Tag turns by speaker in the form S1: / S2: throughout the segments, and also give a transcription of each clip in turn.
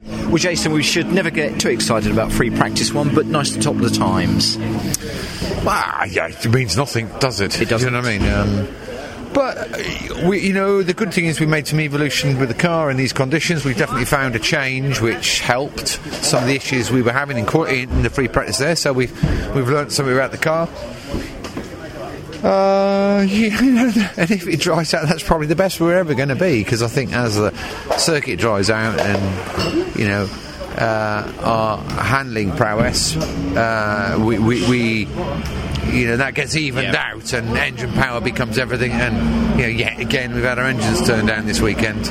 S1: Well, Jason, we should never get too excited about free practice one, but nice to top the times.
S2: Ah, yeah, it means nothing, does it?
S1: It doesn't.
S2: You know what I mean? Um, but uh, we, you know, the good thing is we made some evolution with the car in these conditions. We've definitely found a change which helped some of the issues we were having in, court, in the free practice there. So we've we've learned something about the car. Uh, you know, and if it dries out, that's probably the best we're ever going to be because I think as the circuit dries out and you know uh, our handling prowess, uh, we, we, we you know that gets evened
S1: Yeah.
S2: out and engine power becomes everything. And you know, yet again, we've had our engines turned down this weekend.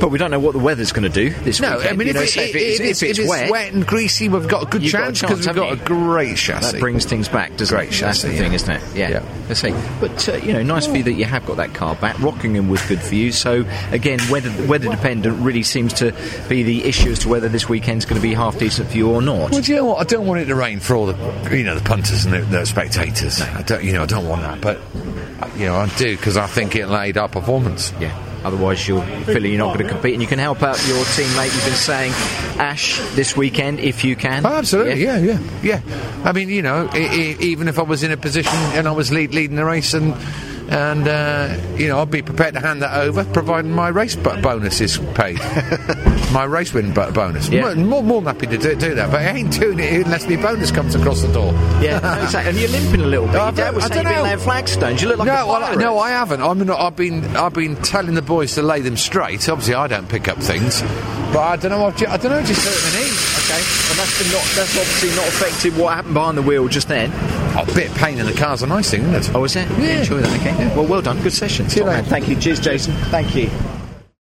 S1: But we don't know what the weather's going to do this
S2: No,
S1: weekend.
S2: I mean,
S1: you
S2: if,
S1: know,
S2: it,
S1: so
S2: if, it's, if it's wet, and greasy, we've got a good
S1: You've got a
S2: chance because
S1: chance,
S2: we've got
S1: haven't
S2: a
S1: you?
S2: great chassis.
S1: that brings things back, doesn't
S2: Great
S1: it? That's the
S2: chassis,
S1: thing,
S2: yeah.
S1: isn't it? Yeah.
S2: Yeah.
S1: Let's see. But uh, you know, nice for you that you have got that car back. Rockingham was good for you. So again, weather weather dependent really seems to be the issue as to whether this weekend's going to be half decent for you or not.
S2: Well, do you know what? I don't want it to rain for all the you know the punters and the, the spectators. I don't, you know, I don't want that, but you know, I do because I think it'll aid our performance.
S1: Yeah. Otherwise, you're feeling you're not going to compete, and you can help out your teammate. You've been saying, Ash, this weekend if you can.
S2: Oh, absolutely, yeah, yeah, yeah. I mean, you know, I- I- even if I was in a position and I was lead, leading the race, and and uh, you know, I'd be prepared to hand that over, providing my race bo- bonus is paid, my race win bo- bonus.
S1: Yeah.
S2: More, more, more than happy to do, do that, but I ain't doing it unless my bonus comes across the door.
S1: Yeah, no, exactly. And you're limping a little bit.
S2: Oh,
S1: Your dad was
S2: I
S1: saying you've
S2: dunno.
S1: been laying flagstones. You look like
S2: no,
S1: a
S2: well, I-
S1: pirate.
S2: no, I haven't. I'm not, I've been, I've been telling the boys to lay them straight. Obviously, I don't pick up things, but I don't know. I've ju- I don't know. Just hurt my knee.
S1: Okay, and that's been not that's obviously not affected what happened behind the wheel just then.
S2: Oh, a bit of pain in the car's a nice thing, isn't it?
S1: Oh, is it?
S2: Yeah.
S1: Enjoy that. Okay. Well, well done. Good session.
S2: See you
S1: Top man.
S2: later.
S1: Thank you. Cheers, Jason. Thank you.